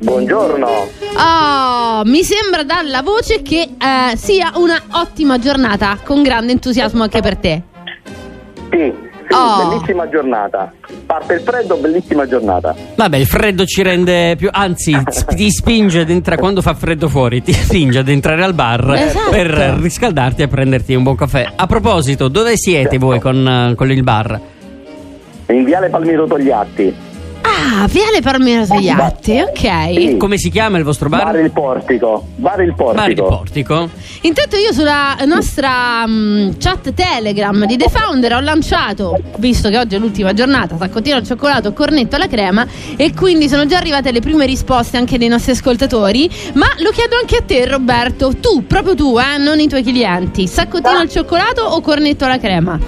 Buongiorno. Oh, mi sembra dalla voce che eh, sia una ottima giornata, con grande entusiasmo anche per te. Sì, sì, Oh. bellissima giornata. Parte il freddo, bellissima giornata. Vabbè, il freddo ci rende più. Anzi, sp- ti spinge ad entrare. Quando fa freddo fuori, ti spinge ad entrare al bar Esatto. per riscaldarti e prenderti un buon caffè. A proposito, dove siete voi con, eh, con il bar? In Viale Palmiro Togliatti. Ah, Viale Palmiro Svegliatti, ok. Sì. Come si chiama il vostro Bar bar? il Portico. Bar il Bar di Portico. Portico. Intanto io sulla nostra mm, chat Telegram di The Founder ho lanciato, visto che oggi è l'ultima giornata, saccottino al cioccolato, cornetto alla crema e quindi sono già arrivate le prime risposte anche dei nostri ascoltatori, ma lo chiedo anche a te Roberto, tu, proprio tu, eh, non i tuoi clienti, saccottino al cioccolato o cornetto alla crema?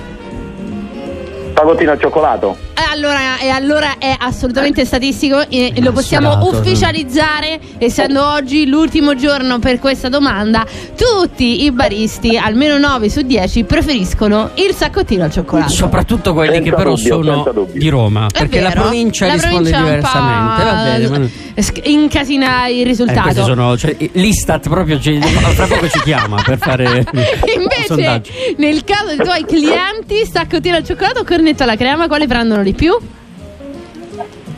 Fagottino al cioccolato. E Eh, allora, e allora è Eh. assolutamente statistico e lo possiamo Assolato, no? ufficializzare essendo oggi l'ultimo giorno per questa domanda tutti i baristi almeno 9 su 10 preferiscono il saccottino al cioccolato Soprattutto quelli Senza che però dubbio, senza sono dubbio. di Roma, Esatto. È perché la vero, provincia la risponde provincia è un diversamente. Va bene, po', ma- eh, sc- incasina il Eh, queste risultato sono, cioè, L'Istat proprio ci- tra poco ci chiama per fare un invece sondaggio. nel caso dei tuoi clienti saccottino al cioccolato o cornetto alla crema quale prendono di più?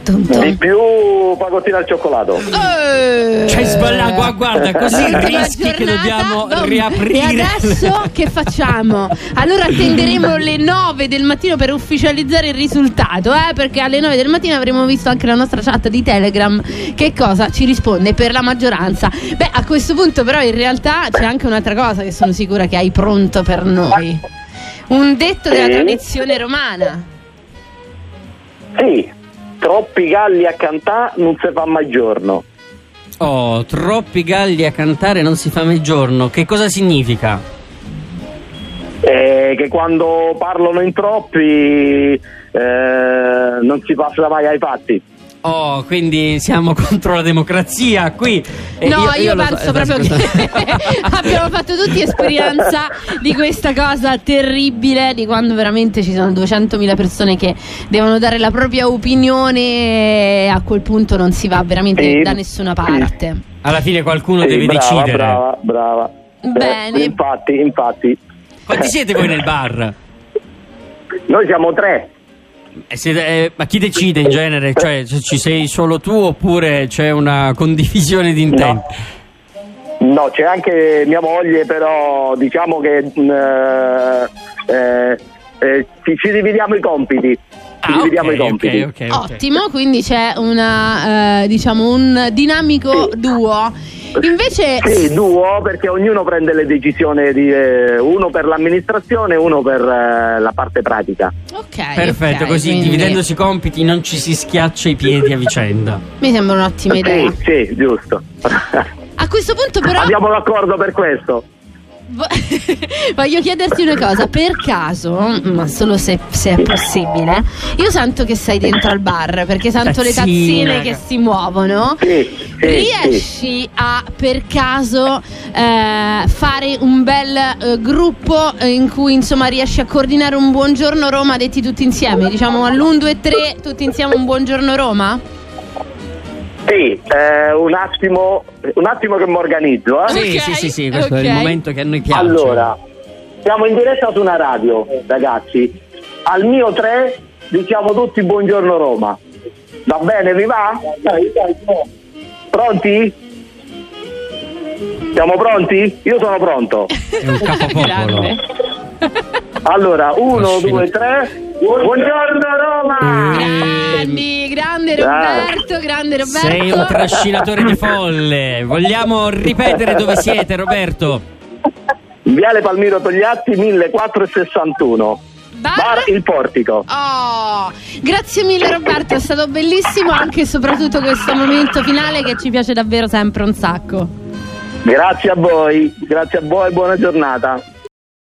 Tum tum. Di più fagottino al cioccolato. Eh. Cioè, sballa, gua- guarda, così Ultima rischi che giornata, dobbiamo boom. riaprire. E adesso che facciamo? Allora attenderemo le 9 del mattino per ufficializzare il risultato, eh? perché alle 9 del mattino avremo visto anche la nostra chat di Telegram che cosa ci risponde per la maggioranza. Beh, a questo punto però in realtà c'è anche un'altra cosa che sono sicura che hai pronto per Ah, noi. Un detto della Sì. tradizione romana. Sì. Troppi galli a cantà non si fa mai giorno. Oh, troppi galli a cantare non si fa mai giorno. Che cosa significa? Eh, che quando parlano in troppi eh, non si passa mai ai fatti. Oh, quindi siamo contro la democrazia qui. E No, io, lo so- penso eh, proprio scusa. che abbiamo fatto tutti esperienza di questa cosa terribile, di quando veramente ci sono 200.000 persone che devono dare la propria opinione e a quel punto non si va veramente Sì, da nessuna sì. parte. Alla fine qualcuno Sì, deve brava, decidere. Brava, brava. Eh, Bene. infatti, infatti. Quanti siete voi nel bar? Noi siamo tre. Eh, siete- eh, ma chi decide in genere? Cioè, se ci sei solo tu oppure c'è una condivisione di intenti? No, c'è anche mia moglie, però diciamo che mh, eh, eh, ci, ci dividiamo i compiti. Ci Ah, ok, dividiamo i ok, compiti. ok, ok. Ottimo, quindi c'è una, eh, diciamo un dinamico Sì. duo. Invece Sì, duo, perché ognuno prende le decisioni, di, eh, uno per l'amministrazione, uno per eh, la parte pratica. Ok. Perfetto, Eh, ok, così quindi dividendosi i compiti non ci si schiaccia i piedi a vicenda. Mi sembra un'ottima idea. Sì, sì, giusto. A questo punto però Abbiamo l'accordo per questo. Vo- Voglio chiederti una cosa, per caso, ma solo se, se è possibile, io sento che sei dentro al bar perché sento le Tazzine, tazzine che raga. si muovono. Sì, sì, sì. Riesci a per caso eh, fare un bel eh, gruppo eh, in cui insomma riesci a coordinare un buongiorno Roma detti tutti insieme? Diciamo all'1, 2, 3, tutti insieme un buongiorno Roma? Sì, eh, un, attimo, un attimo che mi organizzo. eh. Sì, Sì, Ok, sì, sì, sì, questo è ok. il momento che a noi piace. Allora, siamo in diretta su una radio, ragazzi. Al mio 3 diciamo tutti buongiorno Roma. Va bene, vi va? Pronti? Siamo pronti? Io sono pronto. è un capopopolo. Grande. Allora, 1, Trascina. 2, 3. Buongiorno Roma! Mm. Grandi, grande Bravo. Roberto, grande Roberto. Ehm, Sei un trascinatore di folle. Vogliamo ripetere dove siete, Roberto? Viale Palmiro Togliatti 1461. Bar- Bar Il Portico. Oh, grazie mille Roberto, è stato bellissimo anche e soprattutto questo momento finale che ci piace davvero sempre un sacco. Grazie a voi, grazie a voi, buona giornata.